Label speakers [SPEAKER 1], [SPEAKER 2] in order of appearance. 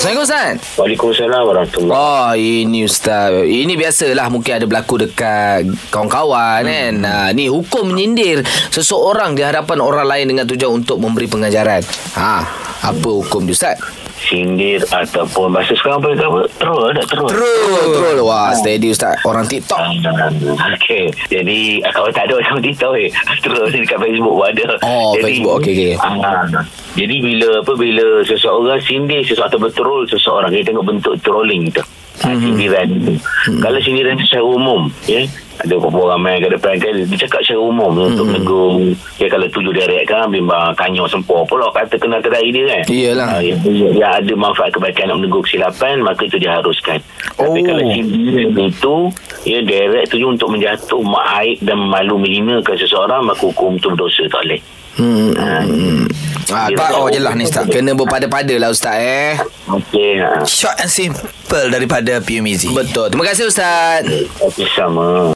[SPEAKER 1] Assalamualaikum Ustaz
[SPEAKER 2] Waalaikumsalam warahmatullahi
[SPEAKER 1] Wah ini Ustaz Ini biasalah mungkin ada berlaku dekat kawan-kawan hmm. kan ha, Ni hukum menyindir seseorang di hadapan orang lain dengan tujuan untuk memberi pengajaran ha, Apa hukum dia Ustaz?
[SPEAKER 2] Sindir ataupun bahasa sekarang boleh apa? Troll tak troll?
[SPEAKER 1] Troll Troll Wah steady Ustaz Orang TikTok
[SPEAKER 2] Ah, Okey. Jadi ah, kalau tak ada orang TikTok eh. Terus dekat Facebook pun ada.
[SPEAKER 1] Oh, Facebook. Okey, okey.
[SPEAKER 2] Ah, jadi bila apa bila seseorang sindir sesuatu betul seseorang kita tengok bentuk trolling tu.
[SPEAKER 1] Mhm.
[SPEAKER 2] Hmm. Sindiran tu. Kalau sindiran tu secara umum ya ada beberapa orang main ada perangkat dia cakap secara umum
[SPEAKER 1] Mhm.
[SPEAKER 2] untuk menegur ya kalau tujuh direct kan bimbang kanyang sempur pula kata kena terai dia kan
[SPEAKER 1] Iyalah.
[SPEAKER 2] Ah, yang, yang ada manfaat kebaikan nak menegur kesilapan maka itu diharuskan tapi
[SPEAKER 1] Oh.
[SPEAKER 2] kalau sindiran itu ya direct tuju untuk menjatuh aib dan malu menghinakan seseorang maka hukum itu berdosa tak boleh
[SPEAKER 1] Hmm,
[SPEAKER 2] Ah,
[SPEAKER 1] Ah, tak oh je lah ni Ustaz Kena berpada-pada lah Ustaz eh
[SPEAKER 2] Okey. Ha.
[SPEAKER 3] Short and simple daripada PMZ.
[SPEAKER 1] Betul Terima kasih Ustaz
[SPEAKER 2] Okey sama.